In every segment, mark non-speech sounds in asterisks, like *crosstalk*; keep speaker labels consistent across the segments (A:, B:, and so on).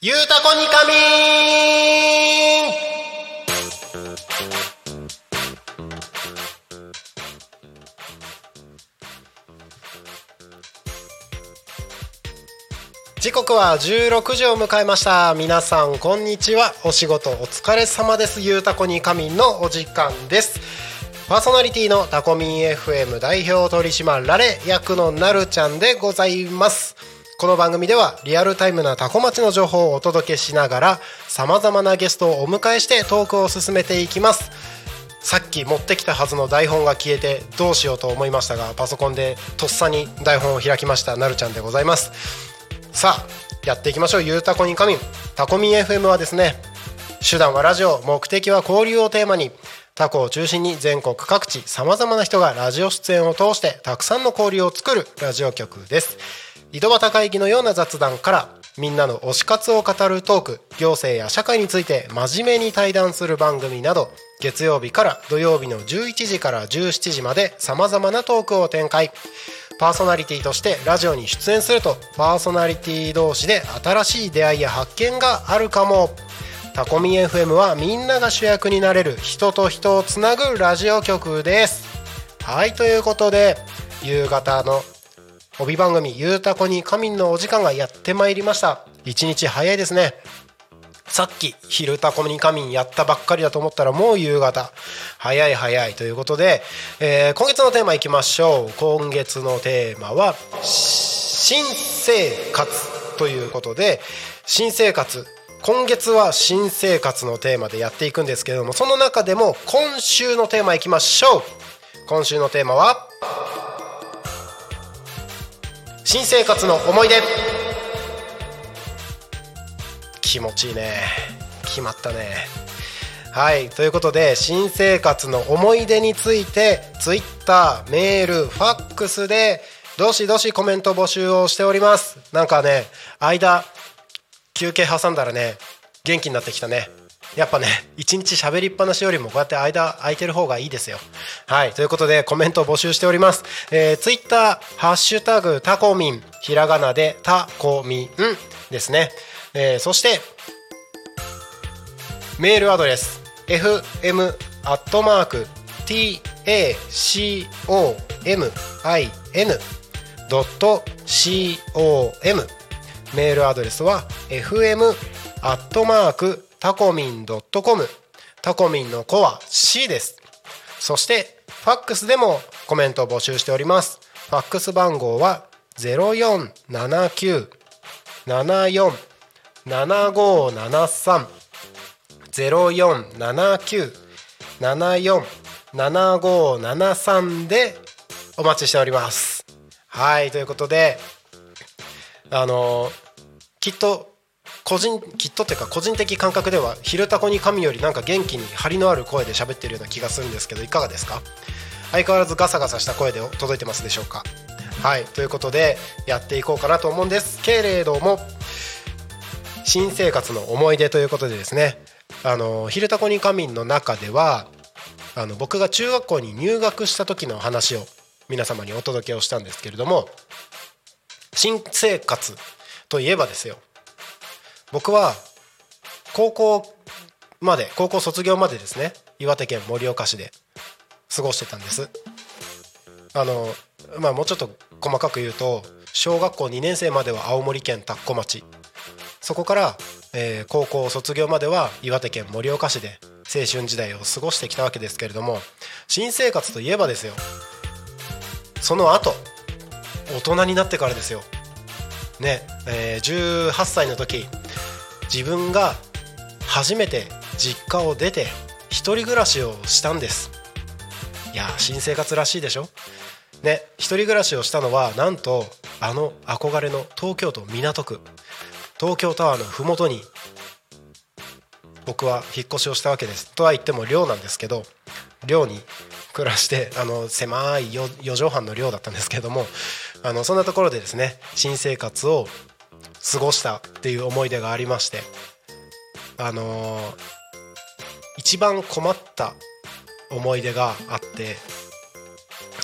A: ゆうたこにかみ時刻は16時を迎えました皆さんこんにちはお仕事お疲れ様ですゆうたこにかみんのお時間ですパーソナリティのタコミン FM 代表取締られ役のなるちゃんでございますこの番組ではリアルタイムなタコ町の情報をお届けしながらさまざまなゲストをお迎えしてトークを進めていきますさっき持ってきたはずの台本が消えてどうしようと思いましたがパソコンでとっさに台本を開きましたなるちゃんでございますさあやっていきましょう「ゆうたこにかみん」タコミン FM はですね手段はラジオ目的は交流をテーマにタコを中心に全国各地さまざまな人がラジオ出演を通してたくさんの交流を作るラジオ局です井戸端会議のような雑談からみんなの推し活を語るトーク行政や社会について真面目に対談する番組など月曜日から土曜日の11時から17時までさまざまなトークを展開パーソナリティとしてラジオに出演するとパーソナリティ同士で新しい出会いや発見があるかもタコミン FM はみんなが主役になれる人と人をつなぐラジオ局ですはいということで夕方の帯番組「ゆうたこに仮眠」のお時間がやってまいりました一日早いですねさっき「昼タコに仮眠」やったばっかりだと思ったらもう夕方早い早いということで、えー今月のテーマいきましょう今月のテーマは「新生活」ということで新生活今月は新生活のテーマでやっていくんですけれどもその中でも今週のテーマいきましょう今週のテーマは新生活の思い出気持ちいいね決まったねはいということで新生活の思い出について Twitter メールファックスでどしどしコメント募集をしておりますなんかね間休憩挟んだらね元気になってきたねやっぱね一日喋りっぱなしよりもこうやって間空いてる方がいいですよはいということでコメントを募集しております、えー、ツイッターハッシュタグタコミンひらがなでタコミンですね、えーそしてメールアドレス fm アットマーク tacomin ドット com メールアドレスは fm アットマークタコミンドットコムタコミンの子は C ですそしてファックスでもコメントを募集しておりますファックス番号は0479 74 7573 0479-747573でお待ちしております。はい、ということで、あのきっと個人きっとっていうか個人的感覚では「昼タコに神よりなんか元気に張りのある声で喋ってるような気がするんですけどいかがですか相変わらずガサガサした声で届いてますでしょうかはいということでやっていこうかなと思うんですけれども新生活の思い出ということでですね「あの昼タコに神」の中ではあの僕が中学校に入学した時の話を皆様にお届けをしたんですけれども新生活といえばですよ僕は高校まで高校卒業までですね岩手県盛岡市で過ごしてたんですあのまあもうちょっと細かく言うと小学校2年生までは青森県田子町そこから、えー高校卒業までは岩手県盛岡市で青春時代を過ごしてきたわけですけれども新生活といえばですよその後大人になってからですよね、えー18歳の時自分が初めて実家を出て一人暮らしをしたんですいやー新生活らしいでしょね一人暮らしをしたのはなんとあの憧れの東京都港区東京タワーの麓に僕は引っ越しをしたわけですとは言っても寮なんですけど寮に暮らしてあの狭い 4, 畳半の寮だったんですけどもあのそんなところでですね新生活を過ごしたっていう思い出がありましてあのー一番困った思い出があって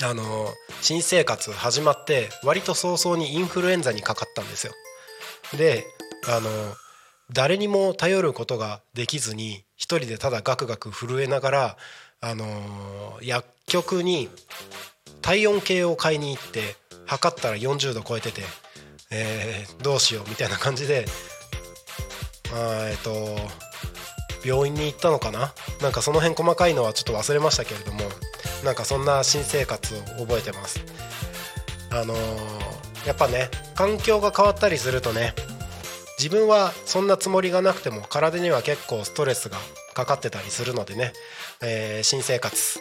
A: あのー新生活始まって割と早々にインフルエンザにかかったんですよ。であの誰にも頼ることができずに一人でただガクガク震えながら、あのー薬局に体温計を買いに行って測ったら40度超えてて、えーどうしようみたいな感じであーえっと病院に行ったのかななんかその辺細かいのはちょっと忘れましたけれどもなんかそんな新生活を覚えてますあのーやっぱね環境が変わったりするとね自分はそんなつもりがなくても体には結構ストレスがかかってたりするのでね、えー新生活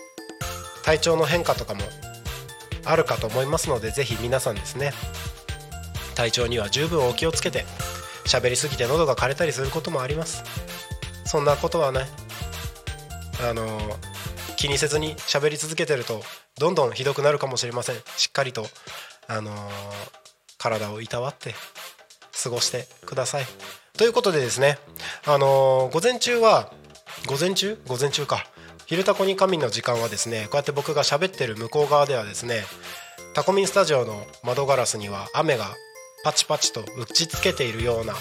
A: 体調の変化とかもあるかと思いますのでぜひ皆さんですね体調には十分お気をつけて喋りすぎて喉が枯れたりすることもありますそんなことはねあの気にせずに喋り続けてるとどんどんひどくなるかもしれませんしっかりとあの体をいたわって過ごしてくださいということでですねあの午前中は午前中午前中か「昼タコに神」の時間はですねこうやって僕が喋ってる向こう側ではですねタコミンスタジオの窓ガラスには雨がパチパチと打ちつけているような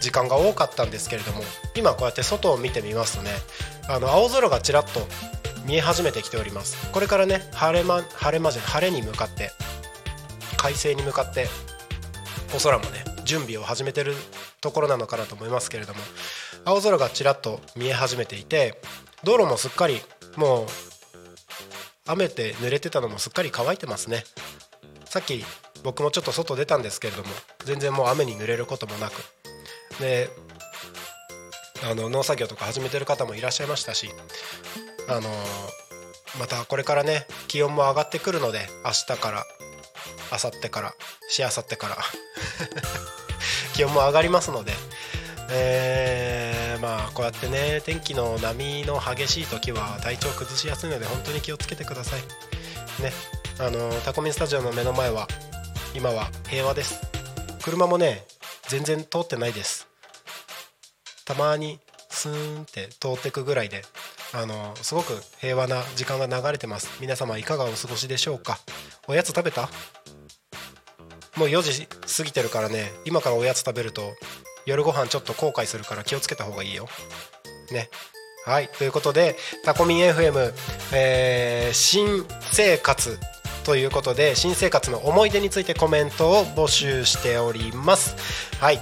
A: 時間が多かったんですけれども今こうやって外を見てみますとねあの青空がちらっと見え始めてきておりますこれからね晴れ間晴れ間じゃない晴れに向かって快晴に向かってお空もね準備を始めてるところなのかなと思いますけれども青空がちらっと見え始めていて道路もすっかりもう雨で濡れてたのもすっかり乾いてますねさっき僕もちょっと外出たんですけれども全然もう雨に濡れることもなくであの農作業とか始めてる方もいらっしゃいましたしあのまたこれからね気温も上がってくるので明日から明後日からしあさってから *laughs* 気温も上がりますので、えーまあこうやってね天気の波の激しい時は体調崩しやすいので本当に気をつけてくださいねあのタコミンスタジオの目の前は今は平和です車もね全然通ってないですたまにスーンって通ってくぐらいであのすごく平和な時間が流れてます皆様いかがお過ごしでしょうかおやつ食べたもう4時過ぎてるからね今からおやつ食べると夜ご飯ちょっと後悔するから気をつけた方がいいよねはいということでタコミン FM、えー新生活ということで新生活の思い出についてコメントを募集しておりますはい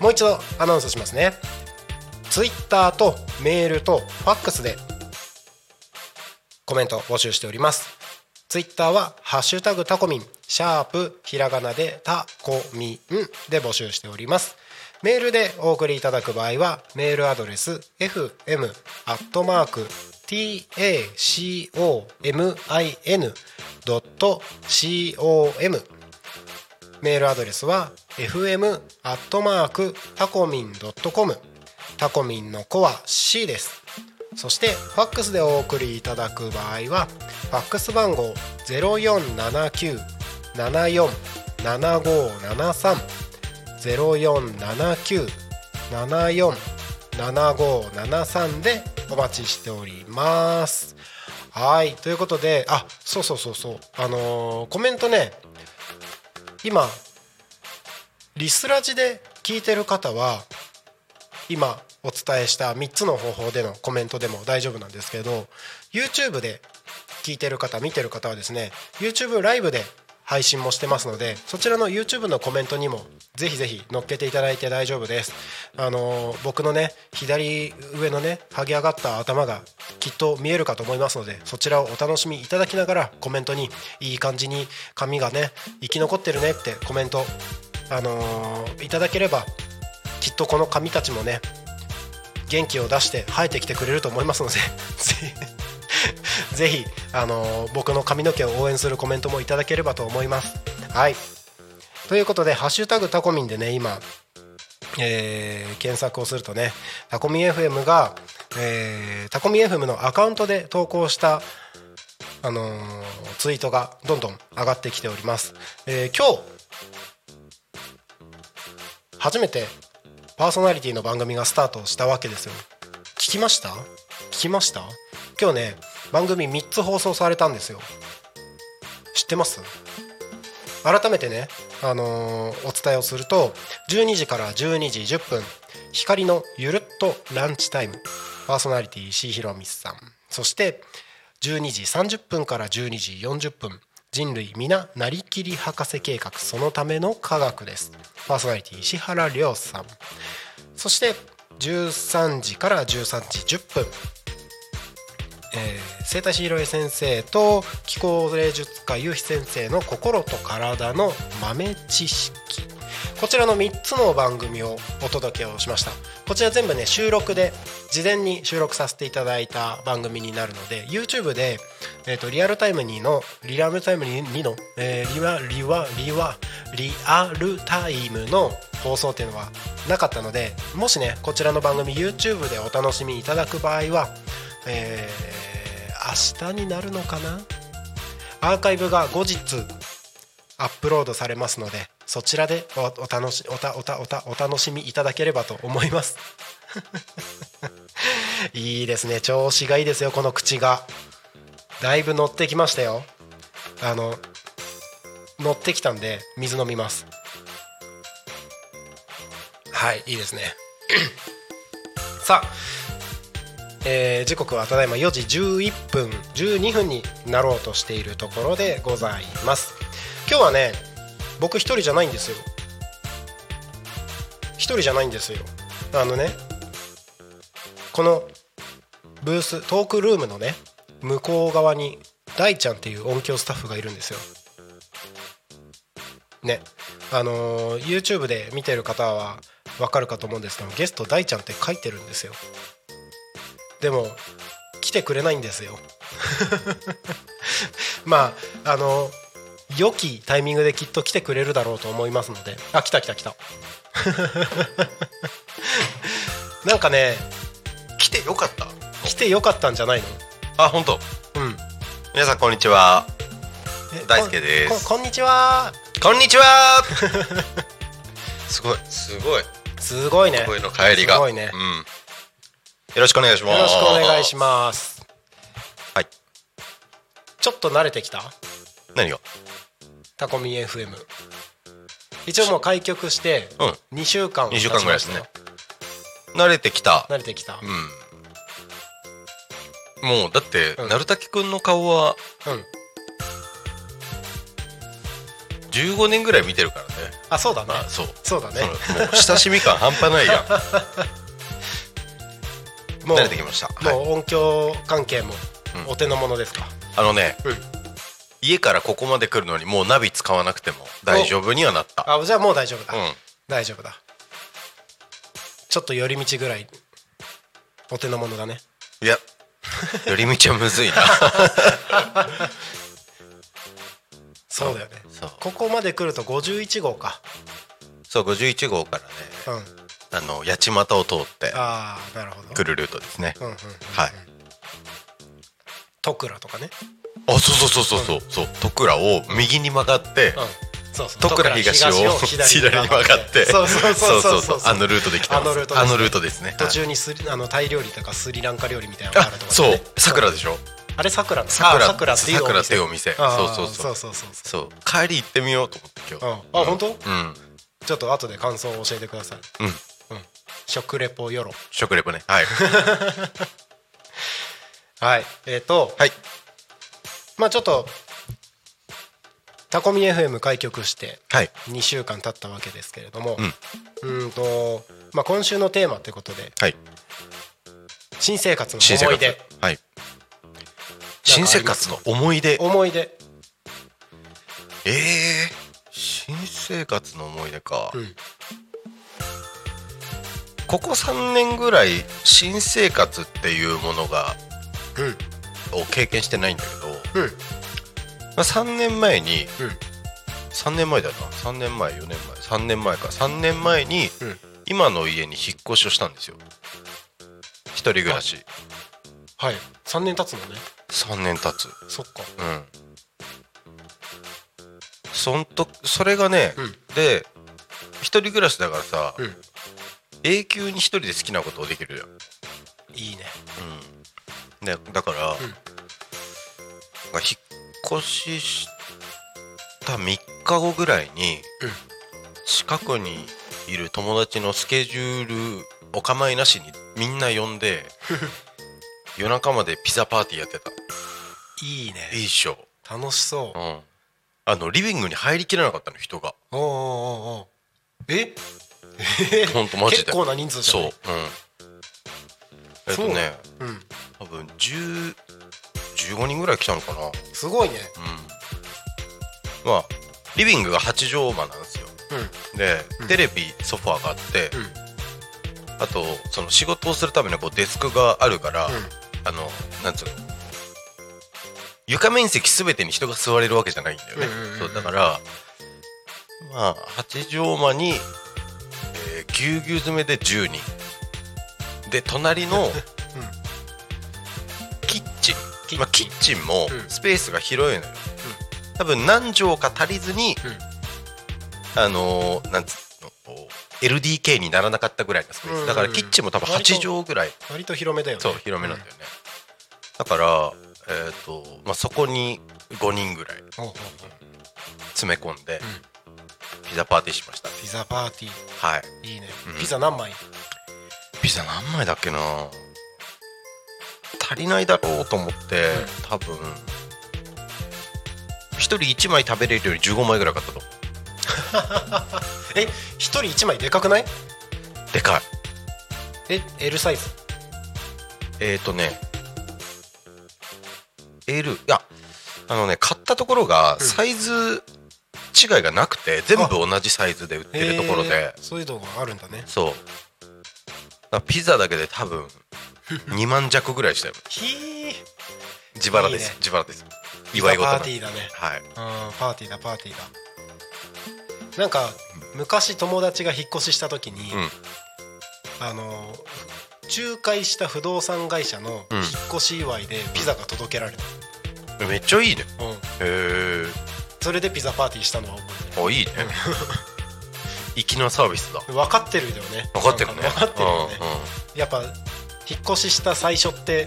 A: もう一度アナウンスしますねツイッターとメールとファックスでコメント募集しておりますツイッターは「ハッシュタグタコミン」「シャープひらがなでタコミン」で募集しておりますメールでお送りいただく場合はメールアドレス fm アットマーク tacomin.com メールアドレスは fm アットマークタコミン .com タコミンの子は C ですそしてファックスでお送りいただく場合はファックス番号0479747573 0479747573でお待ちしておりますはいということであそうそうそうそうあのーコメントね今リスラジで聞いてる方は今お伝えした3つの方法でのコメントでも大丈夫なんですけど YouTube で聞いてる方見てる方はですね YouTube ライブで配信もしてますのでそちらの YouTube のコメントにもぜひぜひ乗っけていただいて大丈夫ですあのー僕のね左上のね剥げ上がった頭がきっと見えるかと思いますのでそちらをお楽しみいただきながらコメントにいい感じに髪がね生き残ってるねってコメントあのーいただければきっとこの髪たちもね元気を出して生えてきてくれると思いますので *laughs* ぜひぜひあのー僕の髪の毛を応援するコメントもいただければと思います。はいということで「ハッシュタグタコミン」でね今、えー検索をするとねタコミン FM が、えータコミン FM のアカウントで投稿したあのーツイートがどんどん上がってきております。えー今日初めてパーソナリティの番組がスタートしたわけですよ聞きました聞きました今日ね番組3つ放送されたんですよ知ってます改めてね、あのーお伝えをすると12時から12時10分光のゆるっとランチタイムパーソナリティ石井ひろみさんそして12時30分から12時40分人類皆なりきり博士計画そのための科学ですパーソナリティ石原亮さんそして13時から13時10分、えー生態師井上先生と気候霊術家ゆうひ先生の心と体の豆知識こちらの3つの番組をお届けをしましたこちら全部ね収録で事前に収録させていただいた番組になるので YouTube で、えー、とリアルタイムにのリアルタイムにの、えーリワリワリワリアルタイムの放送っていうのはなかったのでもしねこちらの番組 YouTube でお楽しみいただく場合は、えー明日になるのかなアーカイブが後日アップロードされますのでそちらでおお楽しおたおたおたお楽しみいただければと思います *laughs* いいですね調子がいいですよこの口がだいぶ乗ってきましたよあの乗ってきたんで水飲みますはいいいですね *coughs* さあえー時刻はただいま4時11分12分になろうとしているところでございます今日はね僕一人じゃないんですよ一人じゃないんですよあのねこのブーストークルームのね向こう側に大ちゃんっていう音響スタッフがいるんですよねあのー YouTube で見てる方はわかるかと思うんですけどゲスト大ちゃんって書いてるんですよでも来てくれないんですよ *laughs* まああの良きタイミングできっと来てくれるだろうと思いますのであ来た来た来た *laughs* なんかね
B: 来てよかった
A: 来てよかったんじゃないの
B: あ本当
A: うん
B: 皆さんこんにちは
A: え
B: 大輔です
A: こんこんにちは
B: こんにちは *laughs* すごいすごい
A: すごいね
B: 声の帰りが
A: すごいね
B: うん、よろしくお願いします
A: よろしくお願いします
B: はい
A: ちょっと慣れてきた
B: 何が
A: タコミ FM 一応もう開局して
B: う
A: 2週間
B: 二週間ぐらいですね
A: 経ちましたよ
B: ん慣れてきた
A: 慣れてきた
B: うんもうだって、
A: うん
B: なるたきくんの顔は
A: うん
B: 15年ぐらい見てるからね
A: あそうだね
B: まあそう
A: そうだね
B: そのもう親しみ感半端ないや
A: *laughs*
B: ん
A: もう
B: 慣れてきましたはい、
A: もう音響関係も
B: うん
A: お手の物ですか、
B: あのね、
A: うん
B: 家からここまで来るのにもうナビ使わなくても大丈夫にはなった
A: あじゃあもう大丈夫だ、
B: うん
A: 大丈夫だちょっと寄り道ぐらいお手の物だね
B: いや、寄り道はむずいな。
A: そうだよね
B: そう
A: ここまで来ると51号か
B: そう、51号からね、
A: うん
B: あの八街を通って
A: ああなるほど
B: 来るルートですね。
A: うんうん
B: はい。
A: トクラとかね
B: あ、そうそうそうそうそう、そう、戸倉を右に曲がって。
A: うんそうそう
B: 戸倉東を左に曲がって、
A: そうそうそうそうそう
B: あのルートで来てます。
A: あのルートですね
B: あのルートですね。
A: 途
B: はい
A: 中にスリあのタイ料理とかスリランカ料理みたいなのがあ
B: あ
A: るとか、ね、
B: そう、桜でしょ。
A: あれ桜の
B: 桜
A: あ桜っていうお店
B: 桜っていうお店
A: あー
B: そうそう
A: そ
B: そう
A: うそうそ
B: そう、帰り行ってみようと思って今日。
A: ううんあ本当
B: うん、
A: うちょっと後で感想を教えてください
B: うん、
A: うん食レポよろ
B: 食レポね。はい、
A: はいえっ、と、
B: はい、
A: まあちょっとタコミ FM 開局して
B: はい、
A: 2週間経ったわけですけれども
B: うん
A: うーんと、まあ、今週のテーマということで
B: はい。
A: 新生活の
B: 新生
A: 思い
B: 活
A: 出。
B: はい。新生活の思い出。
A: 思い出
B: ええ新生活の思い出か、
A: うん
B: ここ3年ぐらい新生活っていうものが
A: うん
B: を経験してないんだけど、
A: うん
B: まあ、3年前に
A: うん
B: 3年前だな3年前4年前3年前か3年前に
A: うん
B: 今の家に引っ越しをしたんですよ一人暮らし
A: はい3年経つのね
B: 3年経つ
A: そっか
B: うんそんとそれがね、
A: うん
B: で一人暮らしだからさ、
A: うん
B: 永久に一人で好きなことをできるじゃん
A: いいね
B: ね、だから、
A: ん
B: まあ引っ越しした3日後ぐらいに、
A: うん
B: 近くにいる友達のスケジュールお構いなしにみんな呼ん
A: *laughs*
B: で夜中までピザパーティーやってた
A: いいね
B: いいっしょ、、
A: 楽しそううん
B: あのリビングに入りきらなかったの人が
A: おうおうおうおうええ
B: ほん *laughs* とマジで
A: 結構な人数じゃ
B: そう、
A: な
B: うん
A: い、
B: えっとね
A: そう、うん、
B: 多分10 15人ぐらい来たのかな、うん、
A: すごいね
B: まあリビングが8畳間なんですよ
A: うん
B: で、
A: うん
B: テレビソファーがあって、
A: うん
B: あとその仕事をするためのこうデスクがあるから、
A: うん
B: あのなんつうの床面積すべてに人が座れるわけじゃないんだよね、
A: うんうんうんうん
B: そうだからまあ8畳間に、えー、ぎゅうぎゅう詰めで10人で
A: *laughs*
B: 隣のキッチン
A: キッチン
B: まあ、キッチンも
A: うん
B: スペースが広いのよ、多分何畳か足りずに、あのーなんつうのこう LDK にならなかったぐらいのスペース、
A: うんうん
B: だからキッチンも多分8畳ぐらい
A: 割と広めだよね
B: そう広めなんだよね、だから、えーとまあ、そこに5人ぐらい
A: おうおう
B: 詰め込んで、
A: ん
B: ピザパーティーしました
A: ピザパーティ
B: はい
A: ーいいね、
B: うん
A: ピザ何枚
B: ピザ何枚だっけな足りないだろうと思って、多分1人1枚食べれるより15枚ぐらい買ったと思
A: え一人一枚でかくないう
B: でかい
A: え L サイズ
B: えっ、ー、とね L いやあのね買ったところが
A: うん
B: サイズ違いがなくて、全部同じサイズで売ってるところで
A: へーそういうのがあるんだね
B: そうだからピザだけで多分
A: *laughs*
B: 2万弱ぐらいしたよ
A: ひー
B: 自腹です
A: いいね
B: 自腹です
A: ピ
B: 祝
A: ザ
B: い事
A: パ
B: なん
A: ーテ
B: で
A: ィーだね
B: はい
A: うんパーティーだパーティーだなんか昔友達が引っ越しした時に、
B: うん
A: あの仲介した不動産会社の
B: うん
A: 引っ越し祝いでピザが届けられた、
B: めっちゃいいね
A: うん
B: へ
A: それでピザパーティーしたのは覚え
B: えあいいね *laughs* 粋なサービスだ
A: てる分かってるよね
B: 分かってるね
A: なんか分かってるよね
B: うんうん
A: やっぱ引っ越しした最初って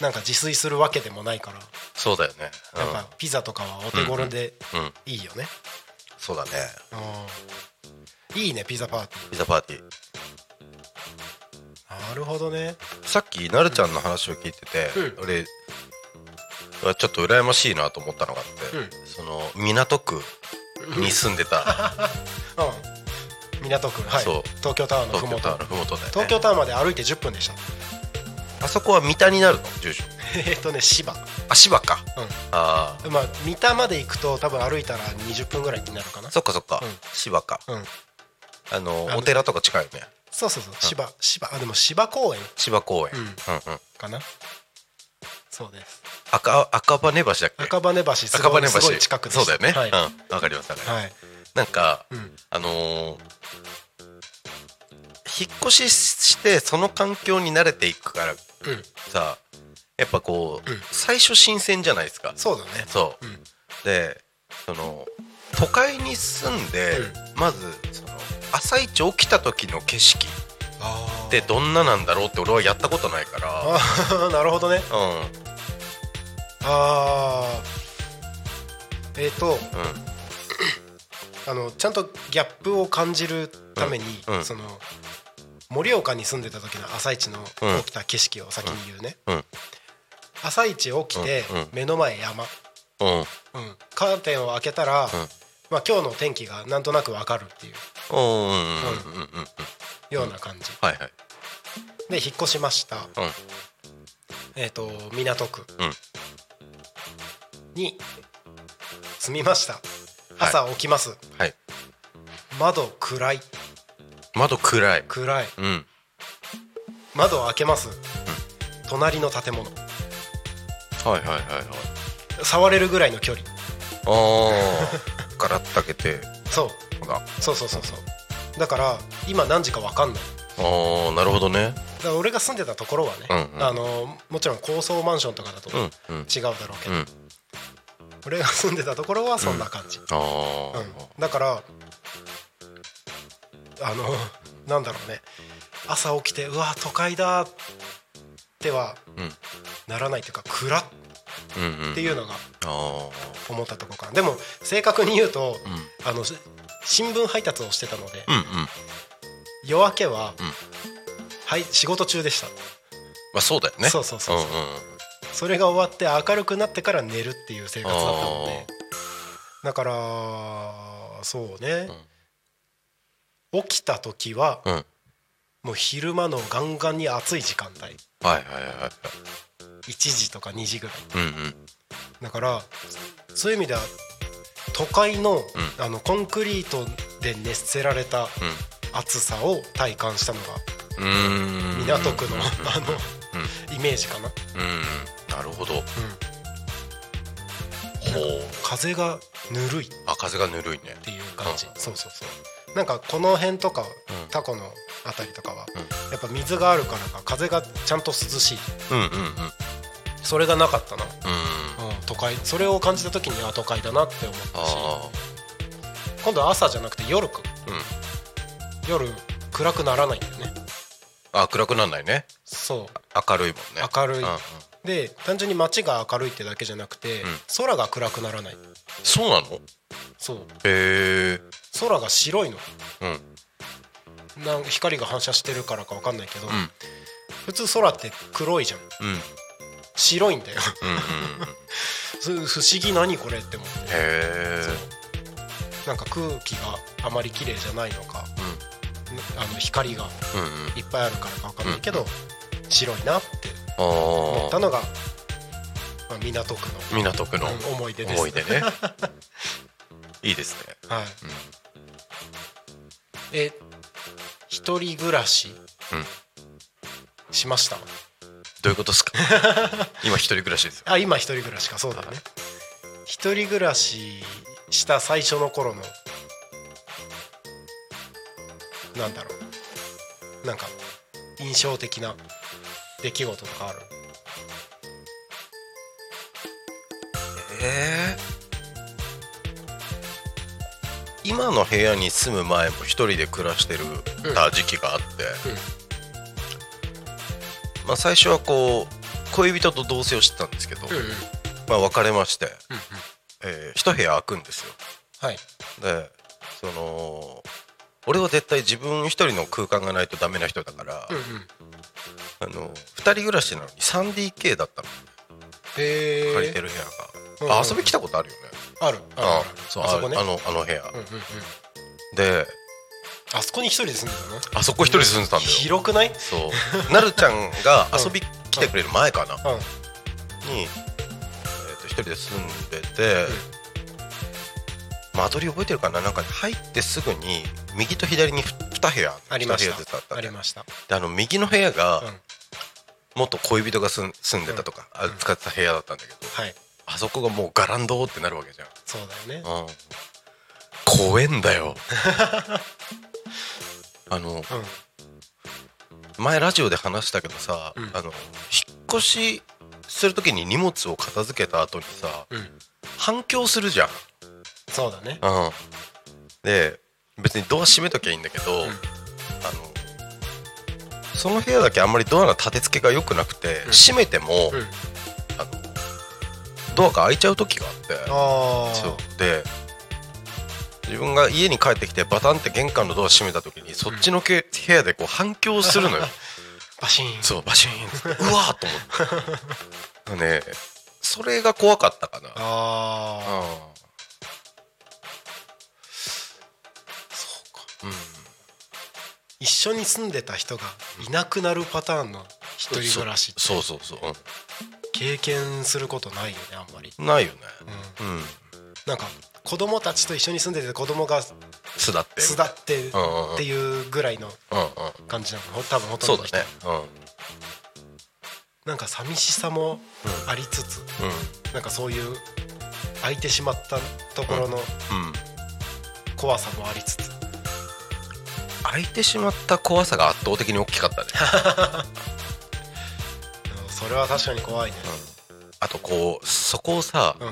B: うん
A: なんか自炊するわけでもないから
B: そうだよね
A: やっぱピザとかはお手頃で
B: うん、うん、
A: いいよね、
B: そうだね
A: うんいいねピザパーティ
B: ピザパーティー
A: ーなるほどね
B: さっきなるちゃんの話を聞いてて、
A: うん
B: 俺はちょっと羨ましいなと思ったのがあって、
A: う
B: その港区に住んでた
A: うん港区はい
B: そう
A: 東京タワーの
B: 東京
A: 麓
B: タワーのふもとで、ね、
A: 東京タワーまで歩いて10分でした *laughs*
B: あそこは三田になるの住所
A: えっとね芝
B: あ芝か、
A: うん
B: あ
A: まあ三田まで行くと多分歩いたら20分ぐらいになるかな
B: あそっかそっか、
A: うん
B: 芝か
A: うん
B: あの
A: あの
B: お寺とか近いよね
A: そうそうそう芝芝あでも芝公園
B: 芝公園、
A: う
B: うんん、うん
A: かなそうです
B: 赤赤羽橋だっけ
A: 赤羽橋す
B: 赤
A: ご
B: 羽
A: い
B: 橋
A: すごい近くです
B: そうだよね、
A: はい、
B: うんわかりますわかります、
A: はい
B: なんか、
A: うん
B: あのー引っ越ししてその環境に慣れていくから
A: うん
B: さやっぱこう、
A: うん
B: 最初新鮮じゃないですか
A: そうだね
B: そう、
A: うん
B: でその都会に住んで、まずその朝一起きた時の景色
A: あ
B: ってどんななんだろうって俺はやったことないから
A: あ *laughs* なるほどね
B: うんうん
A: ああえっ、とあのちゃんとギャップを感じるために、
B: うんうん
A: その盛岡に住んでた時の朝一の
B: うん
A: 起きた景色を先に言うね、
B: うん
A: 朝一起きて
B: うんうん
A: 目の前山、
B: うんうん
A: うん、カーテンを開けたら、まあ、今日の天気がなんとなくわかるっていう
B: うんうんうんうんうん
A: ような感じ、
B: はいはい
A: で引っ越しました、
B: うん
A: えっと港区
B: うん
A: に住みました朝起きます、
B: はい
A: 窓暗い
B: 窓暗い
A: 暗い
B: うん
A: 窓を開けます、隣の建物
B: はいはいはいはい
A: 触れるぐらいの距離
B: ああガラッと開けて
A: そう
B: があ
A: そうそうそうそうだから今何時か分かんない
B: あなるほどね
A: だから俺が住んでたところはね、
B: うんうん
A: あのもちろん高層マンションとかだと
B: うん
A: 違う
B: うん
A: だろうけど、
B: うん
A: 俺が住んでたところはそんな感じ、
B: あ
A: う
B: あ、
A: んだからあのなんだろうね朝起きてうわ都会だっては
B: うん、
A: ならないというか暗っ
B: うんうん
A: っていうのが
B: あ
A: 思ったところかなでも正確に言うと、
B: あうん
A: あのし新聞配達をしてたので、
B: うんうん
A: 夜明けは
B: うん
A: はい仕事中でした
B: まあそうだよね
A: そうそうそうそうん
B: うん
A: それが終わって明るくなってから寝るっていう生活だったのでだからそうね、起きた時は
B: うんはい
A: もう昼間のガンガンに暑い時間帯
B: はいはいはい
A: 1時とか2時ぐらい
B: うんうん
A: だからそういう意味では都会の,、
B: ん
A: あのコンクリートで熱せられた暑さを体感したのが
B: うんうーん
A: 港区のあの
B: うん
A: イメージかな、うん
B: うんなるほどほう
A: 風がぬるいっ
B: あ風がぬるいね
A: ていう感じ、
B: うん
A: そうそうそうなんかこの辺とか、
B: うん
A: タコのあたりとかは、
B: うん
A: やっぱ水があるからか風がちゃんと涼しい
B: うんうんうん
A: それがなかったな、
B: うん
A: うん、都会それを感じた時には都会だなって思ったし
B: あ
A: 今度は朝じゃなくて夜か
B: ーうん
A: 夜暗くならないんだよね
B: あ暗くならないね
A: そ
B: 明るいもんね
A: 明るい
B: うんうん
A: うで単純に街が明るいってだけじゃなくて、
B: うん
A: 空が暗くならない
B: そうなの
A: そう
B: へえ
A: 空が白いの
B: うんうん
A: なん光が反射してるからか分かんないけど、普通空って黒いじゃん
B: うん
A: 白いんだよ *laughs*
B: うんうんうん
A: そう不思議何これって思って
B: へえ
A: なんか空気があまり綺麗じゃないのか
B: う
A: あの光が
B: んうんうん
A: いっぱいあるからか分かんないけど、白いなって思っ
B: あ
A: たのが、まあ、港区の
B: あ港区の
A: うん思い出です
B: 思い出ねいいですね
A: はい、え一人暮らし
B: うん
A: しました
B: どういうことで
A: *laughs*
B: すか今一人暮らしですよ
A: あ今一人暮らしかそうだね一人暮らしした最初の頃のなんだろうなんか印象的な出来事とかある
B: ええ今の部屋に住む前も一人で暮らしてるた時期があって、まあ、最初はこう恋人と同棲をしてたんですけど、
A: うん
B: まあ、別れまして、
A: うん
B: えー一部屋空くんですよ
A: はい
B: でその俺は絶対自分一人の空間がないとダメな人だから、
A: うんうん
B: あの二人暮らしなのに 3DK だったの
A: へえ
B: 借りてる部屋
A: うんう
B: が、
A: ん
B: あ遊び来たことあるよね
A: あるあるある
B: そう
A: あそこね
B: あのあの部屋、
A: うんうんうん
B: で
A: あそこに一人で住んでたの
B: あそこ一人で住んでたんだよ
A: 広くないうん
B: そうなるちゃんが遊び来てくれる前かな
A: うん
B: に、えー、と一人で住んでて、間取り覚えてるかななんか入ってすぐに右と左に2部屋
A: ありまし
B: 二部屋ずつあったた
A: あ
B: で
A: りました
B: あの右の部
A: う
B: 屋
A: ん
B: が元恋人が住ん住んでたとか、あ
A: うん
B: 使ってた部屋だったんだけど
A: はい
B: あそこがもうガランドーってなるわけじゃん、
A: そうだよね
B: うん、怖えんだよ *laughs* あの
A: うん
B: 前ラジオで話したけどさ、
A: うん
B: あの引っ越しする時に荷物を片付けた後にさ
A: うん
B: 反響するじゃん。
A: そうだね
B: うん、で別にドア閉めときゃいいんだけど、
A: うん
B: あのその部屋だけあんまりドアの立て付けが良くなくて、
A: うん
B: 閉めても、
A: うん
B: あのドアが開いちゃう時があって
A: ああ
B: そうで自分が家に帰ってきてバタンって玄関のドア閉めた時にそっちのけ、部屋でこう反響する
A: *laughs*
B: のよ。
A: バシーン
B: そうバシーンっつってうわーっと思ってねそれが怖かったかな
A: ああ
B: うん
A: そうか
B: うん
A: 一緒に住んでた人がいなくなるパターンの一人暮らしって
B: そうそうそうそう、
A: 経験することないよねあんまり、
B: うんないよね
A: うん、
B: うん
A: なんか子供たちと一緒に住んでて子供が巣
B: 巣立って
A: 立って
B: うんうんうん
A: っていうぐらいの
B: うんうん
A: 感じなのほ多分ほと
B: そ
A: ん
B: う
A: どの人
B: だねうん
A: なんか寂しさもありつつ、なんかそういう空いてしまったところの
B: うんうん
A: 怖さもありつつ、
B: 開いてしまった怖さが圧倒的に大き
A: *laughs*
B: かったね
A: うんそれは確かに怖いね
B: あとこうそこをさ
A: うん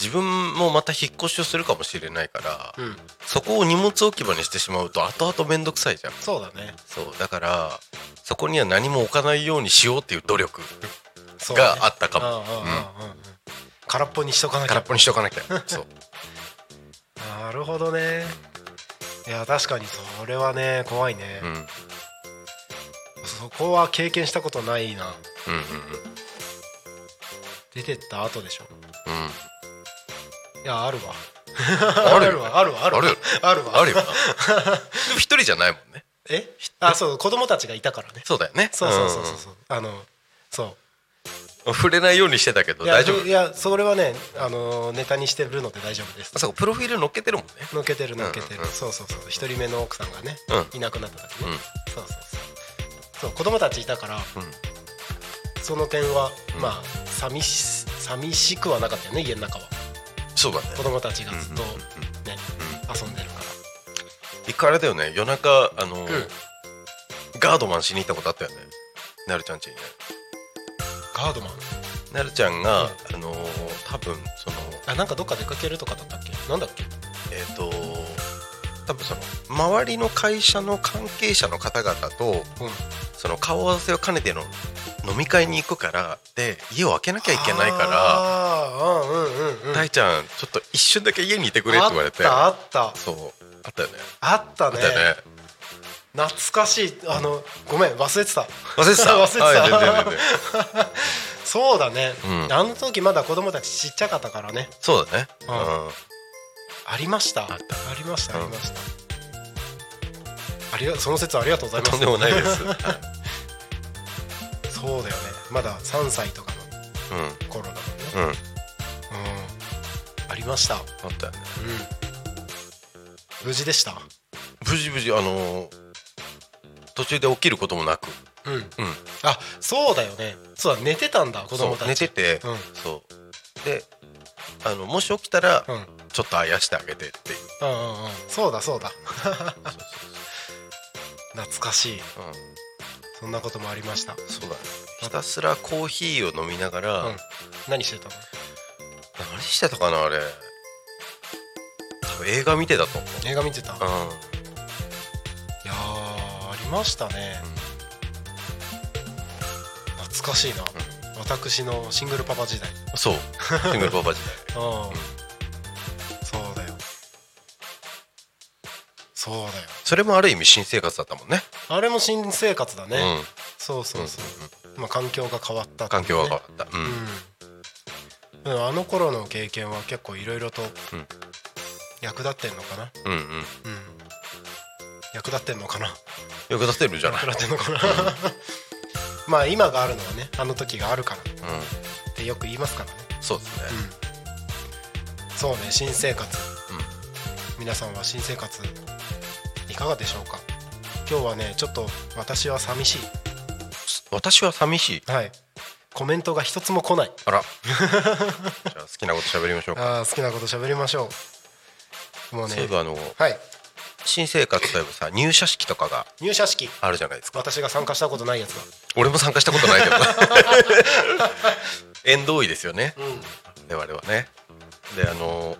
B: 自分もまた引っ越しをするかもしれないから
A: うん、
B: そこを荷物置き場にしてしまうと後々面倒くさいじゃん
A: そうだね
B: そうだからそこには何も置かないようにしようっていう努力
A: そうだね
B: があったかも、
A: うんうんうんうん空っぽにしとかなきゃ
B: 空っぽにしとかなきゃ
A: *laughs*
B: そう
A: なるほどねいや確かにそれはね怖いね、
B: うん
A: そそこは経験したことないな
B: うんうん
A: 出てった後でしょ
B: うん
A: いやあるわ
B: あるよ
A: わ *laughs* あるわあるわ
B: あるよ
A: *laughs* あるわ
B: あるよなでも一人じゃないもんね
A: えあそう子供たちがいたからね
B: そうだよね
A: そうそうそうそうそうあのそう
B: うん触れないようにしてたけど
A: いや
B: 大丈
A: ふ
B: 夫
A: いやそれはねあのネタにしてるので大丈夫です
B: あそうかプロフィール載っけてるもんね
A: のけてるのけて
B: うん
A: る、
B: うんうん
A: そうそうそう一人目の奥さんがね、
B: う
A: いなくなった時ね、
B: うん
A: そうそうそうそう子供たちいたから
B: うん
A: その点は、
B: うん
A: まあ寂し寂しくはなかったよね家の中は
B: そうだね
A: 子供たちがずっと
B: うんうんうん
A: ね、遊んでるから
B: 一回あれだよね夜中あの、
A: ん
B: ガードマンしに行ったことあったよねなるちゃんちにね
A: ガードマン
B: なるちゃんが、
A: うん
B: あのー多分その
A: あなんかどっか出かけるとかだったっけなんだっけ
B: えっ、と多分その周りの会社の関係者の方々と
A: うん
B: その顔合わせを兼ねての飲み会に行くからで家を開けなきゃいけないから
A: あーうんうんうん
B: 大ちゃんちょっと一瞬だけ家にいてくれって言われて
A: あったあった
B: そうあったよね
A: あった
B: あ
A: ね
B: ったよね
A: 懐かしいあのごめん忘れてた
B: 忘れてた
A: 忘れてた
B: *laughs* はい全然全然
A: そうだね、
B: うん
A: あの時まだ子供たちちっちゃかったからね
B: そうだね
A: う
B: うん
A: ありました
B: あった
A: りましたあ
B: うん
A: りました、ありがその説ありがとうございます
B: とんでもないです、はい
A: *laughs* そうだよねまだ3歳とか
B: うん
A: の頃だもんね
B: うん、
A: う
B: あ
A: んありましたうん
B: ったよね
A: 無事でした
B: 無事無事あのー途中で起きることもなく、
A: うん
B: うん、
A: あそうだよねそうだ寝てたんだ子供
B: そ
A: た
B: う
A: ち
B: 寝てて、
A: うん
B: そうであのもし起きたら、
A: うんうん
B: ちょっとあやしてあげてっていう
A: うんうんそうだそうだ
B: そうそう
A: 懐かしい
B: そう,、うん、
A: そんなこともありました
B: そうだねひたすらコーヒーを飲みながら、
A: うん何してたの
B: 何してたかなあれ多分映画見てたと思う、
A: 映画見てた
B: う
A: いやーありましたね懐かしいな、私のシングルパパ時代
B: ん、そうシングルパパ時
A: *laughs* うんそうだよそうだよ
B: 代それもある意味新生活だったもんね
A: あれも新生活だね、
B: うん、
A: そうそうそう、まあ環境が変わったっていう
B: 環
A: ね、
B: 境は変わった、うん
A: うん、うん、あの頃の経験は結構いろいろと
B: うん
A: 役立ってんのかな
B: うんうん
A: うん役立ってんのかな *laughs*
B: 役立てるじゃない
A: 役、立ってんのかなまあ今があるのはねあの時があるからっ
B: う
A: てよく言いますからね
B: ん、そうですね、
A: うんそうね新生活、皆さんは新生活いかがでしょうか今日はねちょっと私は寂しい
B: 私は寂しい
A: はいコメントが一つも来ない *laughs*
B: あらじゃあ好きなこと喋りましょうか、
A: あー好きなこと喋りましょうもうね
B: そういえばあの
A: はい
B: 新生活といえばさ入社式とかが
A: 入社式
B: あるじゃないですか
A: 私が参加したことないやつ
B: 俺も参加したことないけ
A: *laughs*
B: ど縁遠いですよね
A: だうん
B: 我々はねであの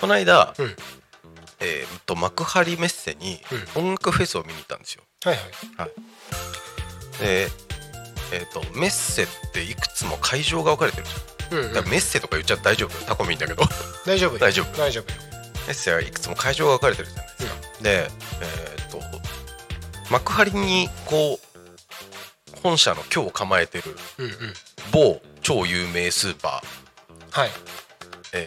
B: この間、
A: うん
B: えーっと幕張メッセに音楽フェスを見に行ったんですよ、
A: はいはい
B: はい、でえーっとメッセっていくつも会場が分かれてるじゃん
A: うんうん
B: だからメッセとか言っちゃ大丈夫タコミンだけど
A: 大丈夫よ
B: 大丈夫
A: 大丈夫よ
B: エッセイはいくつも会場が分かれてるじゃないですか。で、えーっと幕張にこう本社の今日構えてる
A: うんうん
B: 某超有名スーパ
A: はい
B: ー、えー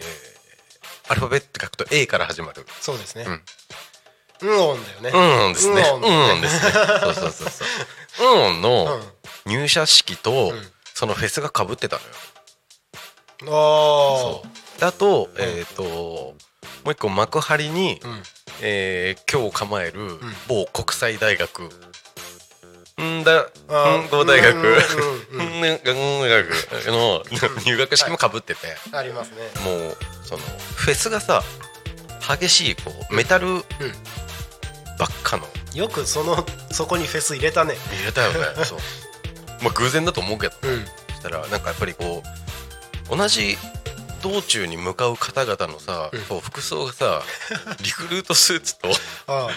B: アルファベット書くと A から始まる。
A: そうですね
B: うん
A: うんオンだよね
B: うんですね。
A: うん
B: うんですね。そうそうそうそう。うんの入社式と
A: うん
B: そのフェスが被ってたのよ。
A: うんあ
B: そうであと、えーっともう一個幕張に
A: あ、うん
B: えー今日構える某国際大学んだ
A: あー
B: んご大学
A: うんうんうんうん
B: んねん大学の入学式もかぶってて、
A: ありますね
B: もうそのフェスがさ激しいこうメタルばっかの
A: よくそのそこにフェス入れたね
B: 入れたよねそうまあ偶然だと思うけど
A: うん
B: そしたらなんかやっぱりこう同じ道中に向かう方々のさ、
A: うん
B: こう服装がさリクルートスーツと
A: あ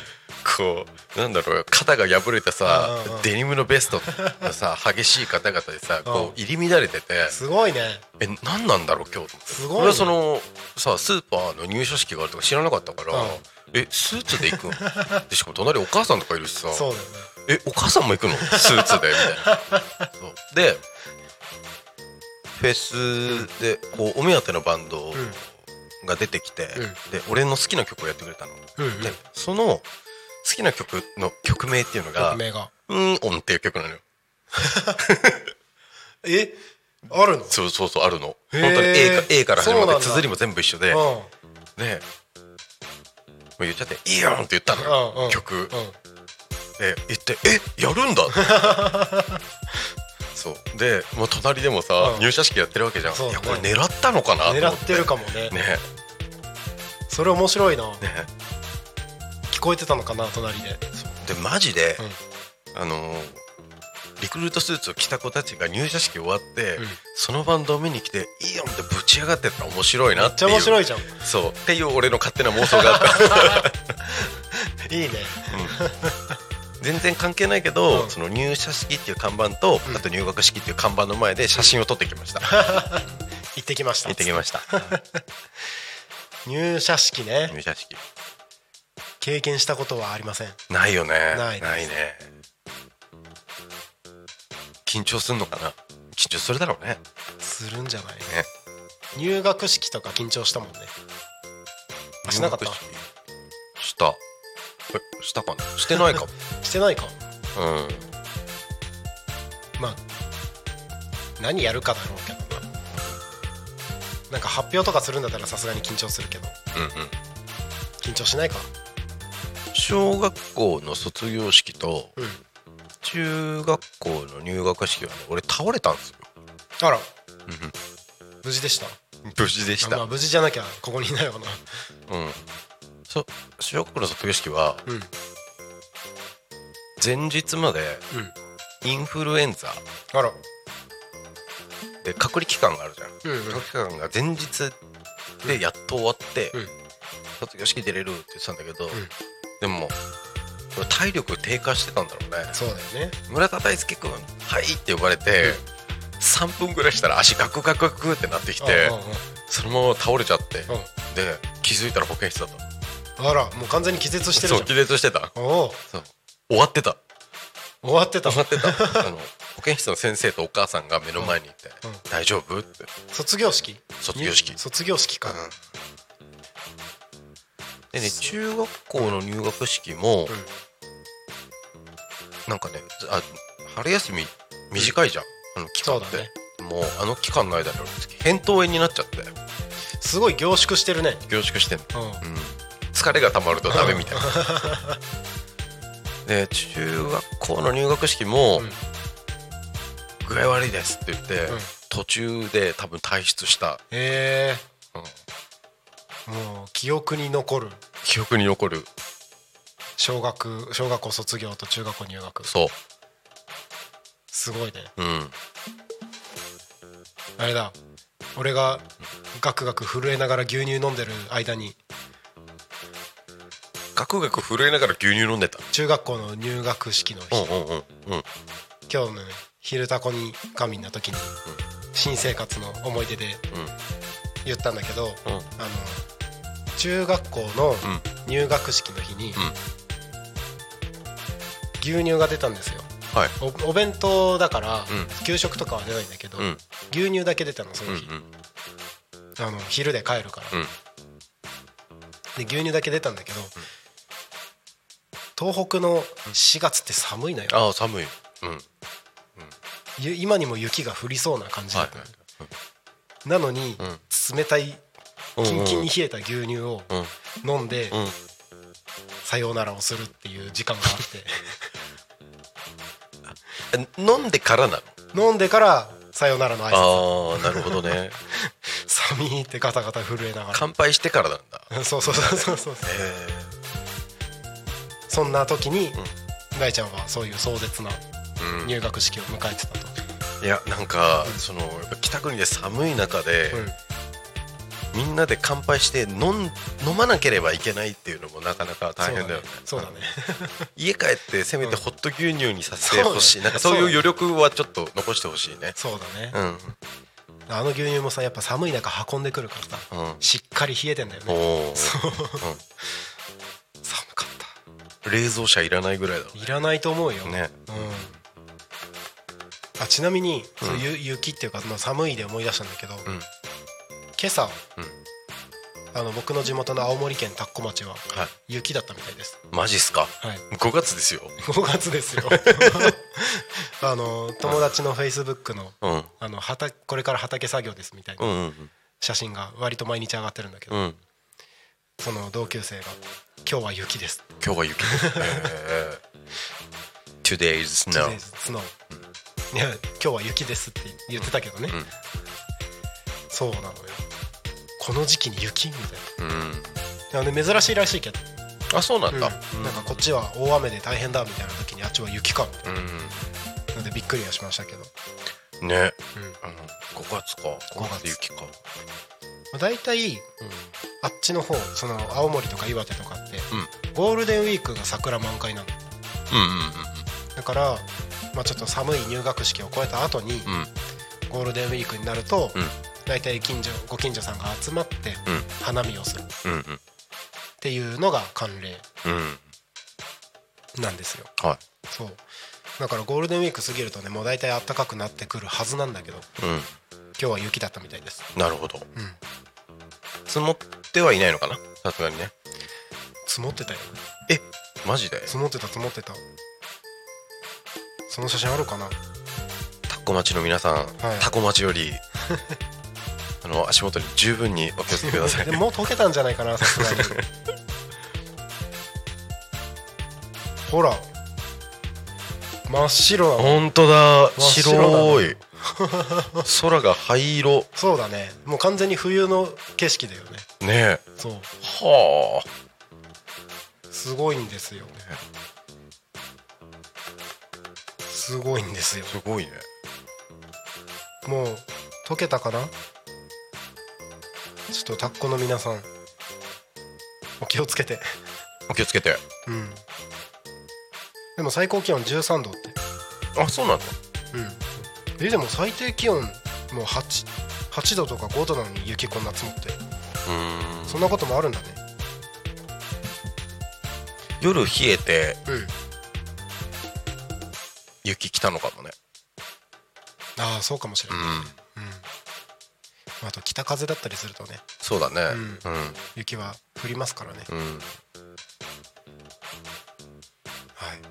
B: こうなんだろう肩が破れたさ
A: うんうんうん
B: デニムのベストがさ
A: *laughs*
B: 激しい方々でさこう入り乱れてて
A: あすごいね
B: え何なんだろう今日と思って
A: すごい
B: 俺
A: ね
B: はそのさスーパーの入社式があるとか知らなかったから
A: うん *laughs*
B: えスーツで行くのでしかも隣お母さんとかいるしさ
A: そうだよね
B: えお母さんも行くのスーツでみた
A: *laughs*
B: いなそうでフェスでこうお目当てのバンドが出てきて、
A: うん
B: で俺の好きな曲をやってくれたの、
A: うんうん
B: でその好きな曲の曲名っていうのが
A: 曲名が
B: 「うん音」っていう曲なのよ
A: えあるの
B: そうそうそうあるの
A: へ
B: 本
A: ー
B: 当に A か A から始
A: そう
B: ま
A: な
B: っ
A: ん
B: て
A: だ
B: 綴りも全部一緒で
A: うん
B: ねもう言っちゃって「いいよん!」って言ったの
A: うんう
B: よ
A: ん
B: 曲
A: うん
B: で言って「えや
A: *laughs*
B: るんだ!」そうでもう隣でもさ、
A: うん
B: 入社式やってるわけじゃん、
A: そう
B: い
A: だ
B: や
A: ね
B: これ狙ったのかなと
A: 狙
B: 思っ
A: っててるかもね
B: ね
A: それ面白いな
B: ね
A: 聞こえてたのかな隣で
B: でマジで、あのーリクルートスーツを着た子たちが入社式終わって、
A: うん
B: そのバンドを見に来て「いいよ!」ってぶち上がってったら面白い
A: め
B: な
A: っ
B: って
A: ち
B: い
A: ゃ
B: う
A: 面白いじゃん
B: そうっていう俺の勝手な妄想があった
A: *laughs* いいね
B: 全然関係ないけど、
A: うん
B: その入社式っていう看板と、
A: うん
B: あと入学式っていう看板の前で写真を撮ってき
A: *laughs*
B: ました、
A: 行ってきました
B: 行ってきました
A: 入社式ね
B: 入社式
A: 経験したことはありません
B: ないよね
A: ないです
B: ね緊張するのかな緊張するだろうね
A: するんじゃない
B: ね
A: 入学式とか緊張したもんねあしなかった
B: 入学式したえしたかなしてな
A: *laughs*
B: いかも
A: してないか
B: うん
A: まあ何やるかだろうけどななんか発表とかするんだったらさすがに緊張するけど
B: うんうん
A: 緊張しないか
B: 小学校の卒業式と
A: うん
B: 中学校の入学式はね俺倒れたんですよ
A: あら無事でした
B: 無事でし
A: まあ
B: た、
A: 無事じゃなきゃここにいないわな
B: うん、そ小学校の卒業式は
A: うんうん
B: 前日までインフルエンザ
A: あら
B: で隔離期間があるじゃん
A: うんうん
B: その期間が前日でやっと終わって、
A: うん
B: 卒業式出れるって言ってたんだけど、
A: ん
B: でももうこれ体力低下してたんだろうね
A: そうだよね
B: 村田大輔君はい」って呼ばれて、3分ぐらいしたら足ガクガクガクってなってきて
A: うんうんうん
B: そのまま倒れちゃって、
A: うん
B: で気づいたら保健室だった
A: あらもう完全に気絶してる
B: そう
A: じ
B: 気絶してた
A: ゃんおお
B: そう終わってた
A: 終わってた
B: 終わってた *laughs* あの保健室の先生とお母さんが目の前にいて
A: うんうん
B: 「大丈夫?」って
A: 卒業式
B: 卒業式
A: に卒業式か
B: でね中学校の入学式も、
A: うん
B: なんかねあ春休み短いじゃん、あの期間
A: そう
B: っ
A: だ
B: て、
A: ね
B: もうあの期間の間に俺扁桃炎になっちゃって
A: すごい凝縮してるね
B: 凝縮してんの、
A: うん
B: うん、疲れが溜まるとダメみた
A: *laughs*
B: いなで中学校の入学式も、
A: うん
B: 具合悪いですって言って、
A: うん
B: 途中で多分退出した、
A: え
B: うん
A: ー、もう記憶に残る
B: 記憶に残る
A: 小学小学校卒業と中学校入学
B: そ
A: すごいね
B: ううん
A: あれだ俺がガクガク震えながら牛乳飲んでる間に
B: ガクガク震えながら牛乳飲んでた
A: 中学校の入学式の日、
B: うんうんうんうん
A: 今日のね「昼タコに神」の時に、新生活の思い出で言ったんだけど、
B: うんうん
A: あの中学校の
B: ん
A: 入学式の日に、牛乳が出たんですよ
B: はい
A: おお弁当だから、
B: うん
A: 給食とかは出ないんだけど、
B: うん
A: 牛乳だけ出たのそ
B: うんう
A: の
B: ん
A: 日、あの昼で帰るから、
B: うん
A: で牛乳だけ出たんだけど、東北の4月って寒いのよ、
B: ああ寒いうん
A: ゆ今にも雪が降りそうな感じだったの、
B: い
A: なのに、冷たいキンキンに冷えた牛乳を
B: うん
A: 飲んで、
B: うん
A: さようならをするっていう時間があっ
B: え飲んでからなの
A: て飲んでからさようならの挨拶
B: ああなるほどね
A: 寒いってガタガタ震えなが
B: *laughs* 乾杯してからなんだ
A: ら *laughs* そうそうそうそうそう
B: へ
A: そんな時に、
B: ん
A: 大ちゃんはそういう壮絶な
B: え
A: 入学式を迎えてたと、
B: うんいやなんかそのやっぱ北国で寒い中で
A: うん
B: みんなで乾杯して飲ん飲まなければいけないっていうのもなかなか大変だよね
A: そうだね
B: 家帰ってせめてホット牛乳にさせ
A: う
B: て
A: ん
B: ほしいなんかそういう余力はちょっと残してほしいね
A: そうだね
B: う、んうん
A: あの牛乳もさやっぱ寒い中運んでくるからさしっかり冷えてんだよ
B: お
A: ね
B: おー
A: そう寒かった
B: 冷蔵車いらないぐらいだろ
A: いらないと思うよ、
B: うね
A: うん、あちなみに、そう
B: うん
A: ゆ雪っていうか、まあ、寒いで思い出したんだけど、
B: うん
A: 今朝、
B: うん
A: あの僕の地元の青森県田子町は
B: はい
A: 雪だったみたいです、
B: マジっすか
A: はい、
B: 5月ですよ
A: 5月ですよ *laughs* あの友達のフェイスブックの
B: うん
A: あの畑これから畑作業ですみたいな
B: うんうん
A: 写真が割と毎日上がってるんだけど、
B: うんうん
A: その同級生が「今日は雪です」
B: 今日は雪えー Today's
A: Today
B: snow
A: is snow いや今日は雪ですって言ってたけどね、
B: うん
A: そうなのよこの時期に雪みたい
B: うん
A: な、いやね、珍しいらしいけど、
B: あそうなんだ
A: なんかこっちは大雨で大変だみたいな時にあっちは雪かみたい
B: うん
A: なのでびっくりはしましたけど、
B: ね
A: うんま
B: あの5月か5月雪か
A: あ、大体あっちの方その青森とか岩手とかって、ゴールデンウィークが桜満開なの
B: うんうん
A: だから、まあ、ちょっと寒い入学式を超えた後に、
B: うんうん
A: ゴールデンウィークになると、
B: うん
A: 大体近所ご近所さんが集まって
B: うん
A: 花見をするっ
B: うんうん
A: ていうのが慣例
B: うん
A: なんですよ
B: は
A: そうだからゴールデンウィーク過ぎるとねもう大体暖かくなってくるはずなんだけど
B: いうん
A: 今日は雪だったみたいです
B: なるほど
A: うん
B: 積もってはいないのかなさすがにね
A: 積もってたよ
B: えマジで
A: 積もってた積もってたその写真あるかな
B: タコ町の皆さん、
A: はい
B: タコ町よ *laughs* りあの足元に十分にお気をつけくだ *laughs* さい
A: でももう溶けたんじゃないかなさすがにほら真っ白なの
B: 本当だ
A: 真っ白だ
B: 白い *laughs* 空が灰色
A: そうだねもう完全に冬の景色だよね
B: ねえ
A: そう
B: はあ
A: すごいんですよすごいんですよ
B: すごいね
A: もう溶けたかなちょっとタッコの皆さんお気をつけて
B: お気をつけて
A: うんでも最高気温13度って
B: あそうなの
A: うんえでも最低気温もう 8, 8度とか5度なのに雪こんな積もって
B: うん
A: そんなこともあるんだね
B: 夜冷えて
A: うん
B: 雪来たのかもね
A: ああそうかもしれ
B: う
A: ない、
B: ん
A: うんあと北風だったりするとね
B: そうだねうん
A: 雪は降りますからね、
B: うん、
A: はい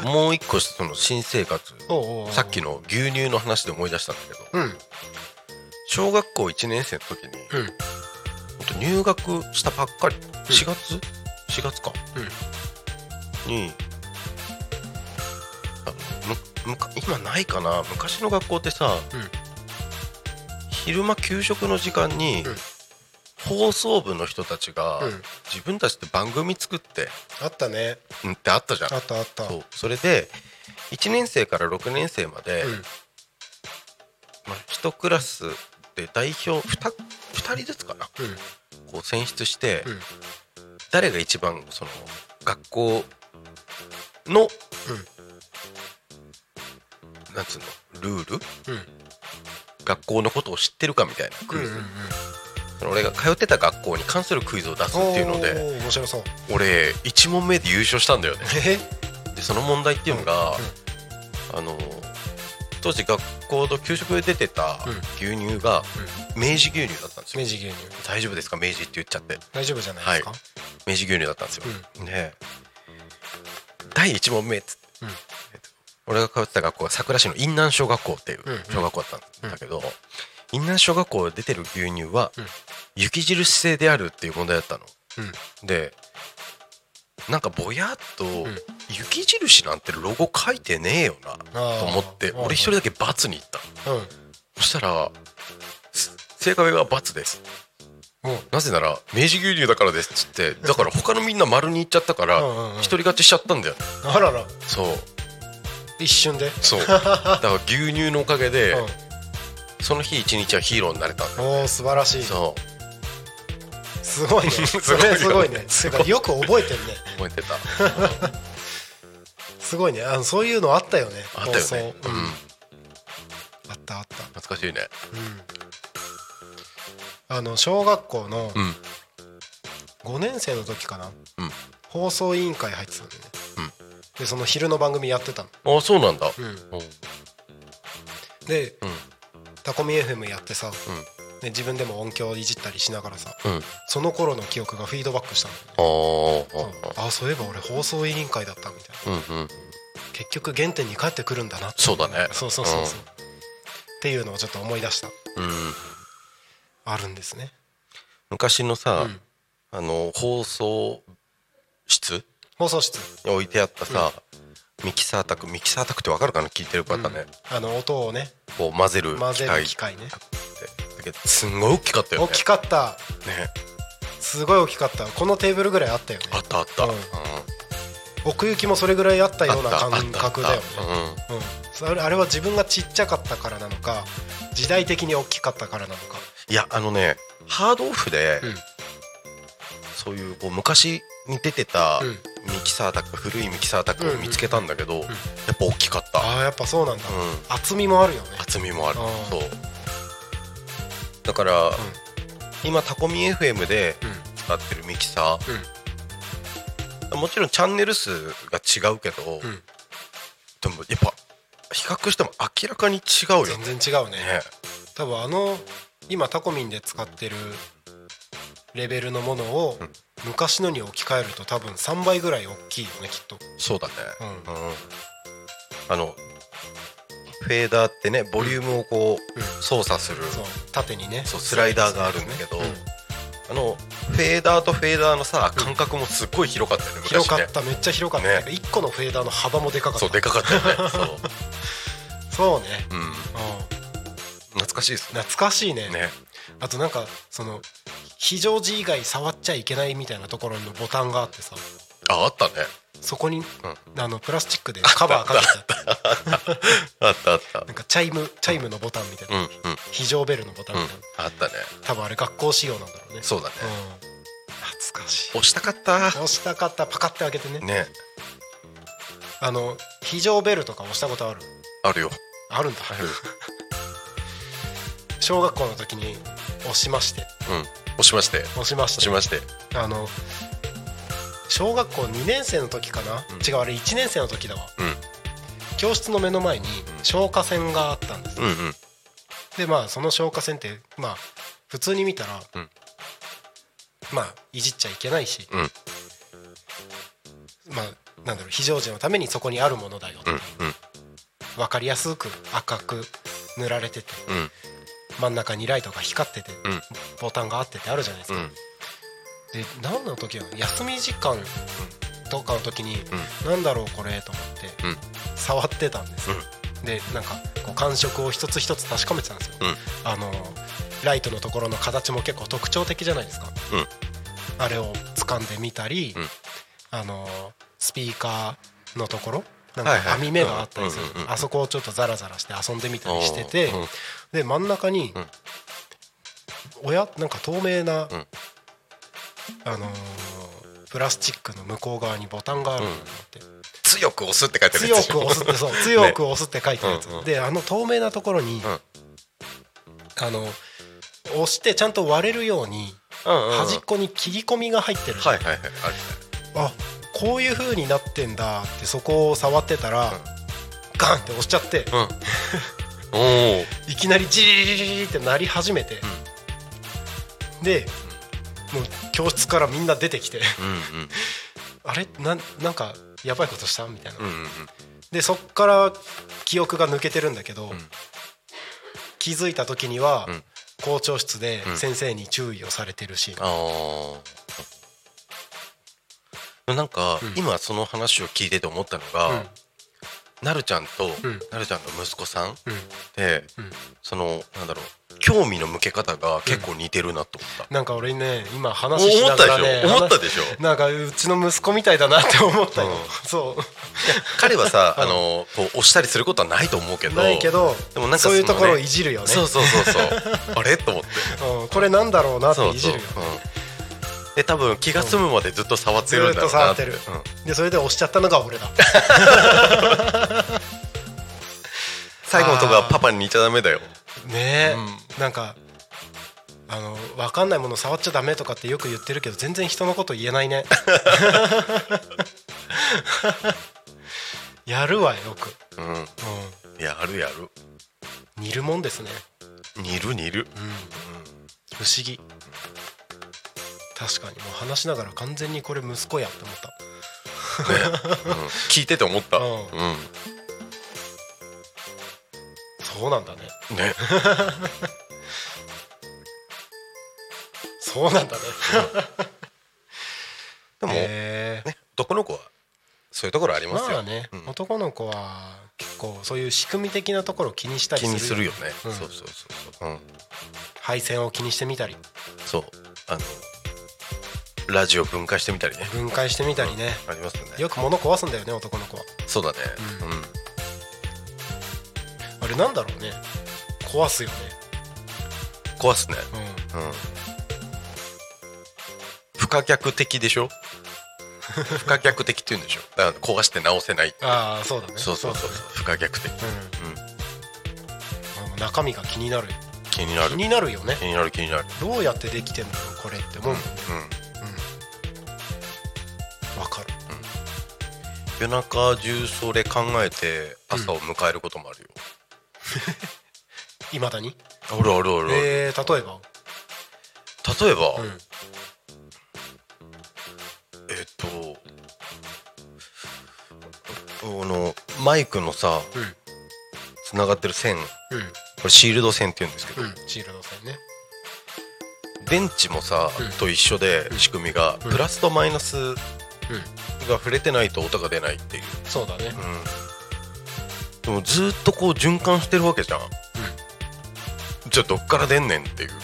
B: あもう一個その新生活
A: おうおうおう
B: さっきの牛乳の話で思い出したんだけど
A: うんうん
B: 小学校1年生の時にほんと入学したばっかり4月、4月か、にあのむむか今ないかな昔の学校ってさ、
A: うん
B: 昼間給食の時間に、
A: うん
B: 放送部の人たちが、
A: うん
B: 自分たちで番組作って
A: あったね
B: うんってあったじゃん
A: あったあった
B: そうそれで1年生から6年生まで、
A: うん
B: まあ、1クラスで代表 2, 2人ずつかな
A: うん
B: こう選出して、
A: うん
B: 誰が一番その学校のなんつうのルール
A: うん
B: 学校のことを知ってるかみたいなク
A: うん
B: イ
A: うん
B: ズ、その俺が通ってた学校に関するクイズを出すっていうので
A: おー面白そう
B: 俺1問目で優勝したんだよね
A: え
B: でその問題っていうのが、
A: う
B: あの当時学校の給食で出てた牛乳が明治牛乳だったんです
A: ん
B: よ
A: 明治牛乳
B: 大丈夫ですか明治って言っちゃって
A: 大丈夫じゃないですか
B: は明治牛乳だったんですよ、ねえ第1問目っつって、
A: うん
B: えっと俺が通ってた学校は桜市の院南小学校っていう
A: うんうん
B: 小学校だったんだけど、院南小学校で出てる牛乳は
A: うん
B: 雪印製であるっていう問題だったの。
A: うん
B: でなんかぼやっと
A: ん
B: 雪印なんてロゴ書いてねえよな
A: あー
B: と思って
A: はいはい
B: 俺一人だけ×に行った
A: うん
B: そしたらす正解は×です
A: うんうん
B: なぜなら明治牛乳だからですっつってだから他のみんな丸に行っちゃったから
A: うんうんうん
B: 一人勝ちしちゃったんだよね
A: あらら
B: そう
A: 一瞬で *laughs*
B: そうだから牛乳のおかげで
A: うん
B: その日一日はヒーローになれたんだよ
A: おー素晴らしい
B: そう
A: すごいねそれす
B: *laughs* す
A: ご
B: ご
A: い
B: い
A: ね
B: ね
A: てかよく覚えてるね
B: 覚えてた
A: すごいねあのそういうのあったよね
B: あったよ
A: 放
B: ねう
A: 送
B: ん
A: うんあったあった
B: 懐かしいね
A: うんあの小学校の
B: うん
A: 5年生の時かな、
B: うん
A: 放送委員会入ってたんで、ね
B: うん
A: でその昼の番組やってたの、
B: あそうなんだ、
A: うん
B: おう
A: で
B: うん
A: タコミ FM やってさ、
B: うん
A: で自分でも音響いじったりしながらさ
B: うん
A: その頃の記憶がフィードバックしたの、
B: あーあ
A: あそういえば俺放送委員会だったみたいな
B: ーうんうん
A: 結局原点に帰ってくるんだなって
B: そうだね
A: そうそうそうそうっていうのをちょっと思い出した
B: うん
A: あるんですね
B: 昔のさ、
A: うん
B: あの放送室
A: 放送室
B: に置いてあったさ、ミキサー卓ミキサー卓ってわかるかな聞いてる方ね、
A: あの音をね
B: こう混ぜる
A: 混
B: 機
A: ぜ
B: 械
A: る
B: っ
A: 機
B: て
A: 械ね
B: だけどすんごい大きかったよね
A: 大きかった
B: ね
A: すごい大きかったこのテーブルぐらいあったよね
B: あったあった、
A: うん
B: うん
A: 奥行きもそれぐらいあったような
B: あったあったあった
A: 感覚だよねうんそれあれは自分がちっちゃかったからなのか時代的に大きかったからなのか
B: うんいやあのねハードオフで、
A: うん
B: そういうこう昔に出てた
A: うん
B: ミキサー卓、古いミキサー卓を見つけたんだけど、やっぱ大きかった、
A: ああやっぱそうなんだ
B: うん、
A: 厚みもあるよね
B: 厚みもある
A: あー
B: そうだから、
A: う
B: 今タコミ FM で
A: ん
B: 使ってるミキサ
A: うん
B: ーもちろんチャンネル数が違うけど、
A: うん
B: でもやっぱ比較しても明らかに違うよね
A: 全然違うね
B: ね
A: 多分あの今タコミンで使ってるレベルのものを
B: うん
A: 昔のに置き換えると多分3倍ぐらい大きいよねきっと
B: そうだね、
A: う
B: うんあのフェーダーってねボリュームをこ
A: う
B: う、
A: ん
B: 操作する
A: そう縦にね
B: そうスライダーがあるんだけど
A: うん
B: あのフェーダーとフェーダーのさ間隔もすっごい広かったよね昔ね
A: 広かっためっちゃ広かった
B: ね
A: なんか1個のフェーダーの幅もでかかった
B: そうでかかったよねそう、
A: そうね
B: うん、
A: うん
B: 懐かしいですね
A: 懐かしいね
B: ね
A: あとなんかその非常時以外触っちゃいけないみたいなところのボタンがあってさ
B: ああったね
A: そこに
B: うん
A: あのプラスチックでカバーかけた
B: あったあった
A: なんかチャイムチャイムのボタンみたい
B: うん
A: な
B: うんうん
A: 非常ベルのボタンみたいな
B: あったね
A: 多分あれ学校仕様なんだろうね
B: そうだね
A: うん懐かしい
B: 押したかった
A: 押したかったパカって開けてね
B: ね
A: あの非常ベルとか押したことある
B: あるよ
A: あるんだ
B: ある
A: *laughs* 小学校の時に押しまして
B: うん押しまして
A: 押しまし
B: 押
A: て
B: しまして
A: あの小学校2年生の時かな、
B: うん
A: 違うあれ1年生の時だわ
B: うん
A: 教室の目の前に消火栓があったんです、
B: うんうん
A: でまあその消火栓ってまあ普通に見たら、
B: うん
A: まあいじっちゃいけないし、
B: うん
A: まあなんだろう非常時のためにそこにあるものだよ、
B: うんうん
A: 分かりやすく赤く塗られてて
B: うん
A: 真ん中にライトが光ってて、
B: うん
A: ボタンがあってってあるじゃないです
B: う
A: か、
B: ん
A: で何の時は休み時間とかの時に、
B: うん
A: なんだろうこれと思って
B: うん
A: 触ってたんです、でなんかこう感触を一つ一つ確かめてたんですよ、
B: うん
A: あのライトのところの形も結構特徴的じゃないですか、
B: うん
A: あれを掴んでみたり、
B: うん
A: あのスピーカーのところなん
B: はいは
A: か
B: い
A: 網目があったりする、
B: うんうんうんうん
A: あそこをちょっとザラザラして遊んでみたりしてて、
B: うん
A: で真ん中に、
B: うん
A: おやなんか透明な、
B: うん
A: あのープラスチックの向こう側にボタンがあるのがあって、
B: 強く押すって書いてある
A: 強
B: やつでし
A: く
B: ょ
A: 押すってそう強く押すって書いてあるやつ、
B: うんうん
A: であの透明なところに、
B: ん
A: あの押してちゃんと割れるように
B: うんうんうん
A: 端っこに切り込みが入ってる、
B: はいはいはいある
A: あこういう風になってんだってそこを触ってたら、
B: うん
A: ガンって押しちゃって、
B: うんおお
A: いきなりジリリリリリって鳴り始めて、でもう教室からみんな出てきて
B: うん
A: あれなんなんかやばいことしたみたいな、
B: うんうんうん
A: でそっから記憶が抜けてるんだけど、
B: うん
A: 気づいた時には、
B: うん
A: 校長室で
B: うん
A: 先生に注意をされてるし、
B: ああなんか、
A: うん
B: 今その話を聞いてて思ったのが、
A: うん
B: なるちゃんと、
A: うん
B: なるちゃんの息子さ
A: う
B: ん
A: ん
B: で
A: うん
B: そのなんだろう興味の向け方が結構似てるなと思った、
A: なんか俺ね今
B: お
A: 話し
B: 思
A: な
B: った
A: が
B: でし
A: ら
B: ょ、
A: ね
B: 思ったでしょ
A: 話なんかうちの息子みたいだなって思ったよ、
B: うん
A: そう
B: 彼は
A: *laughs*
B: さ
A: うん
B: あのこう押したりすることはないと思うけど
A: ないけど
B: でもなんか
A: そういうと
B: そのね
A: ころをいじるよね
B: そうそうそう
A: *laughs*
B: そうあれと思って
A: うんこれなんだろうなって
B: そう
A: いじ
B: そう、
A: る
B: うん
A: よ、
B: で多分気が済むまでずっと触ってるんだろう
A: ずっと触
B: な
A: ってる
B: うん
A: でそれで押しちゃったのが俺だ
B: 最後のとこはパパに似ちゃダメだよ
A: ねえ、
B: うん
A: なんかあの分かんないもの触っちゃダメとかってよく言ってるけど全然人のこと言えない *laughs* ねやるわよく、う
B: う、
A: ん
B: やるやる
A: ん、煮るもんですね
B: 煮る煮る
A: 不思議確かにもう話しながら完全にこれ息子やって思った
B: うん聞いてて思った、
A: う
B: うんん
A: そうなんだね
B: ね、
A: そうなんだね *laughs*
B: でも、
A: へえ
B: ね男の子はそういうところありますよ、
A: まあね、
B: うん
A: 男の子は結構そういう仕組み的なところを気にしたり
B: 気にするよね、
A: うん
B: そうそうそうそう、うん、
A: 配線を気にしてみたり
B: そうあのラジオ分解してみたりね
A: 分解してみたりね、
B: ありますよね
A: よく物壊すんだよね男の子は
B: そうだね
A: う
B: うん、
A: あれなんだろうね壊すよね
B: 壊すね
A: うん
B: うん不可逆的でしょ不可逆的って言うんでしょだから壊して直せない
A: ああそうだね
B: そうそうそ
A: だ
B: う
A: ね
B: 不可逆的、
A: うん、中身が気になる
B: 気にな
A: 気
B: る
A: になるよね
B: 気になる気になる
A: どうやってできてんのこれって思うもん
B: うん
A: わかる
B: 夜中中それ考えて朝を迎えることもあるよ、
A: いまだに
B: あるあるある、
A: えー、例えば
B: 例えば、
A: うん
B: えっとこのマイクのさ
A: う
B: つながってる線こ
A: ん
B: れシールド線って言うんですけど、
A: うんうんシールド線ね
B: 電池もさ、
A: うん
B: と一緒で仕組みが、
A: うん
B: プラスとマイナス
A: うん
B: が触れてないと音が出ないっていう、
A: そうだね
B: でもずっとこう循環してるわけじゃんじゃあどっから出んねんっていうん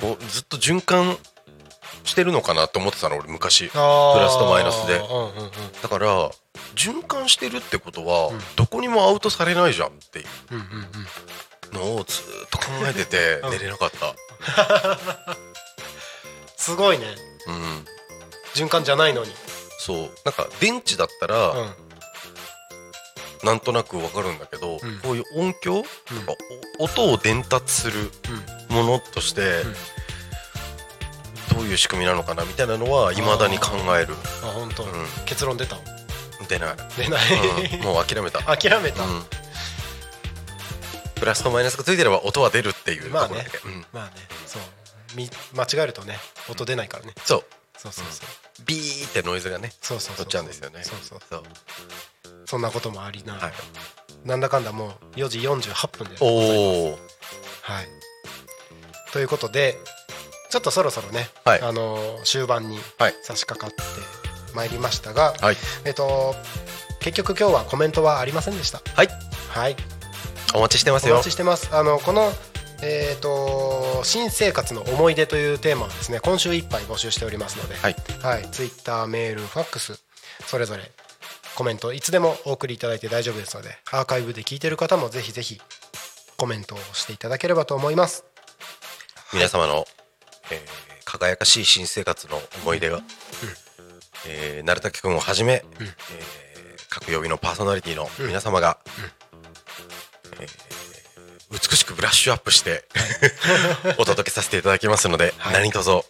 B: こうずっと循環してるのかなと思ってたの俺昔
A: あー
B: プラスとマイナスで
A: うんうんうん
B: だから循環してるってことは、
A: うん
B: どこにもアウトされないじゃんっていう
A: うんうんうん
B: のをずっと考えてて
A: うん
B: 寝れなかった、
A: すごいね
B: うん、
A: 循環じゃないのに
B: そうなんか電池だったら、
A: うん
B: なんとなくわかるんだけど、
A: うん
B: こういう音響、お音を伝達するものとして、どういう仕組みなのかなみたいなのは未だに考える
A: あ本当、
B: ん
A: 結論出た
B: 出ない、
A: 出ない、
B: うんもう諦
A: *laughs*
B: めた、
A: 諦めた、
B: うんプラスとマイナスがついてれば音は出るっていうと
A: まあ
B: ころ
A: ね
B: だけ、うん、
A: まあねそうみ間違えるとね音出ないからね、
B: そう
A: そうそうそう
B: ビーってノイズがね
A: そうそうそ
B: 取っちゃうんですよね
A: そうそう
B: そう
A: そんなこともありな、
B: はい
A: なんだかんだもう4時48分で
B: おお
A: はいということでちょっとそろそろね、
B: はい
A: あのー終盤に
B: はい
A: 差し掛かってまいりましたが、
B: はい
A: えっと結局今日はコメントはありませんでした
B: はい
A: はい
B: お待ちしてます
A: お
B: よ
A: 待ちしてますあのこのえー、と新生活の思い出というテーマをですね今週いっぱい募集しておりますので、
B: はい
A: はい、ツイッター、メール、ファックス、それぞれコメント、いつでもお送りいただいて大丈夫ですので、アーカイブで聞いてる方もぜひぜひコメントをしていただければと思います。
B: 皆様の、えー輝かしい新生活の思い出が、えー、鳴滝君をはじめ、えー各曜日のパーソナリティの皆様が、えー美しくブラッシュアップして、
A: *laughs*
B: お届けさせていただきますので、
A: はい
B: 何卒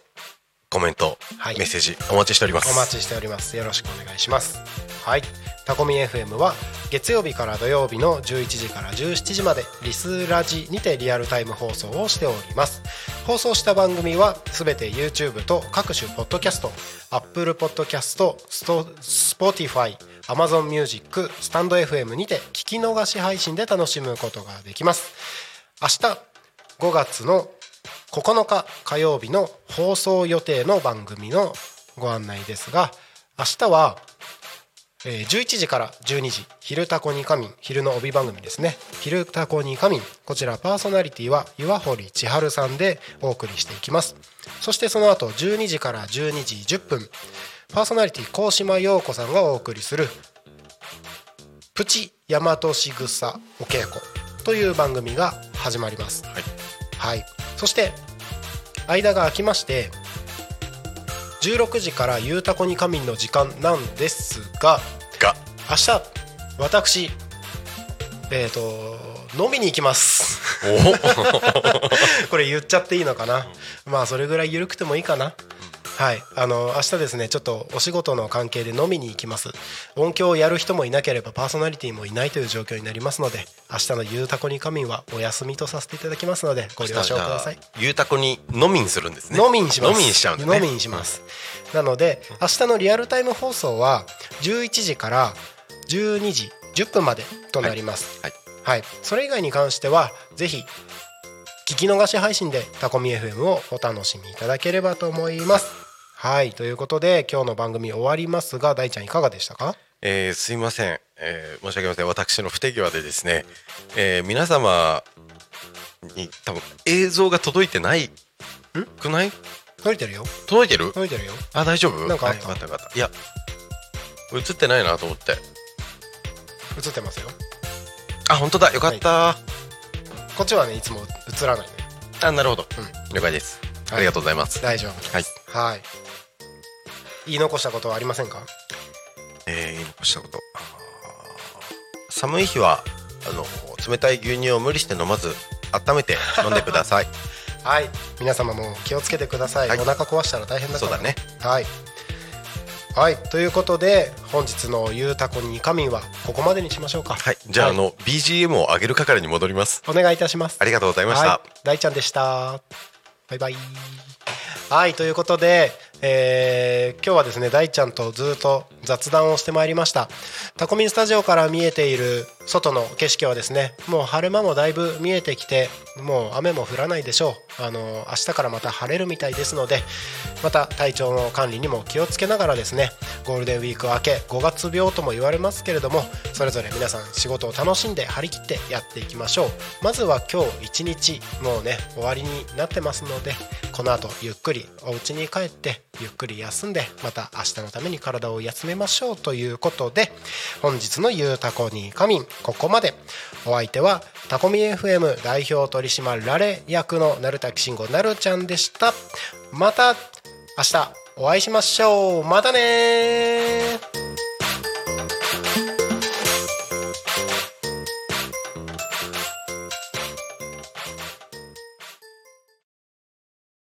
B: コメント、
A: はい
B: メッセージお待ちしております。
A: お待ちしております。よろしくお願いします。はい。タコミ FM は月曜日から土曜日の11時から17時までリスラジにてリアルタイム放送をしております。放送した番組はすべて YouTube と各種ポッドキャスト、Apple Podcast、Sto- Spotify、Amazon Music、スタンド FM にて聞き逃し配信で楽しむことができます。明日5月の9日火曜日の放送予定の番組のご案内ですが明日はえー11時から12時「昼タコに仮眠」昼の帯番組ですね「昼タコに仮眠」こちらパーソナリティは岩堀千春さんでお送りしていきますそしてその後12時から12時10分パーソナリティ高島陽子さんがお送りする「プチ大和しぐさお稽古」という番組が始まります
B: はい、
A: はい、そして間が空きまして16時から「ゆうたこに仮眠」の時間なん *laughs* ですが
B: が
A: 明日私えっ、と飲みに行きます *laughs* これ言っちゃっていいのかな、まあそれぐらい緩くてもいいかな、はいあの明日ですねちょっとお仕事の関係で飲みに行きます音響をやる人もいなければパーソナリティもいないという状況になりますので明日の「ゆうたこに仮眠」はお休みとさせていただきますのでご了承ください
B: ゆうたこに飲みにするんですね
A: 飲みにします
B: 飲みにしちゃうんだね
A: 飲みにします、なので明日のリアルタイム放送は11時から12時10分までとなります
B: はい
A: はい、それ以外に関してはぜひ聞き逃し配信でタコミ FM をお楽しみいただければと思いますはいということで今日の番組終わりますが大ちゃんいかがでしたか
B: えーすいません、えー申し訳ありません私の不手際でですね、えー皆様に多分映像が届いてないくない
A: 届いてるよ
B: 届いてる
A: 届いてるよ
B: あ大丈夫
A: なんかあ
B: は
A: っ
B: いよ
A: た
B: かったよかったいや映ってないなと思って
A: 映ってますよ
B: あ本当だよかった、
A: こっちはねいつも映らないね
B: あなるほど、
A: う
B: 了解です、
A: はい
B: ありがとうございます
A: 大丈夫です
B: はい、
A: はい言い残したことはありませんか
B: えー、言い残したことあー寒い日はあの冷たい牛乳を無理して飲まず温めて飲んでく
A: *laughs*
B: ださい
A: はい皆様も気をつけてください、
B: はい
A: お腹壊したら大変だか
B: そう
A: ら
B: だね
A: はい。はい、ということで本日の「ゆうたこにかみん」はここまでにしましょうか
B: はいじゃあ、
A: はい
B: あの BGM を上げる係に戻ります
A: お願いいたします
B: ありがとうございました、
A: はい、大ちゃんでしたバイバイはいということで、えー今日はですね大ちゃんとずっと雑談をしてまいりましたタコミンスタジオから見えている外の景色はですねもう晴れ間もだいぶ見えてきてもう雨も降らないでしょうあの明日からまた晴れるみたいですのでまた体調の管理にも気をつけながらですねゴールデンウィーク明け5月病とも言われますけれどもそれぞれ皆さん仕事を楽しんで張り切ってやっていきましょうまずは今日一日もうね終わりになってますのでこの後ゆっくりお家に帰ってゆっくり休んでまた明日のために体を休めましょうということで本日の「ゆうたこに仮眠」ここまでお相手はタコミ FM 代表取締られ役のなるたきしんごなるちゃんでしたまた明日お会いしましょうまたねー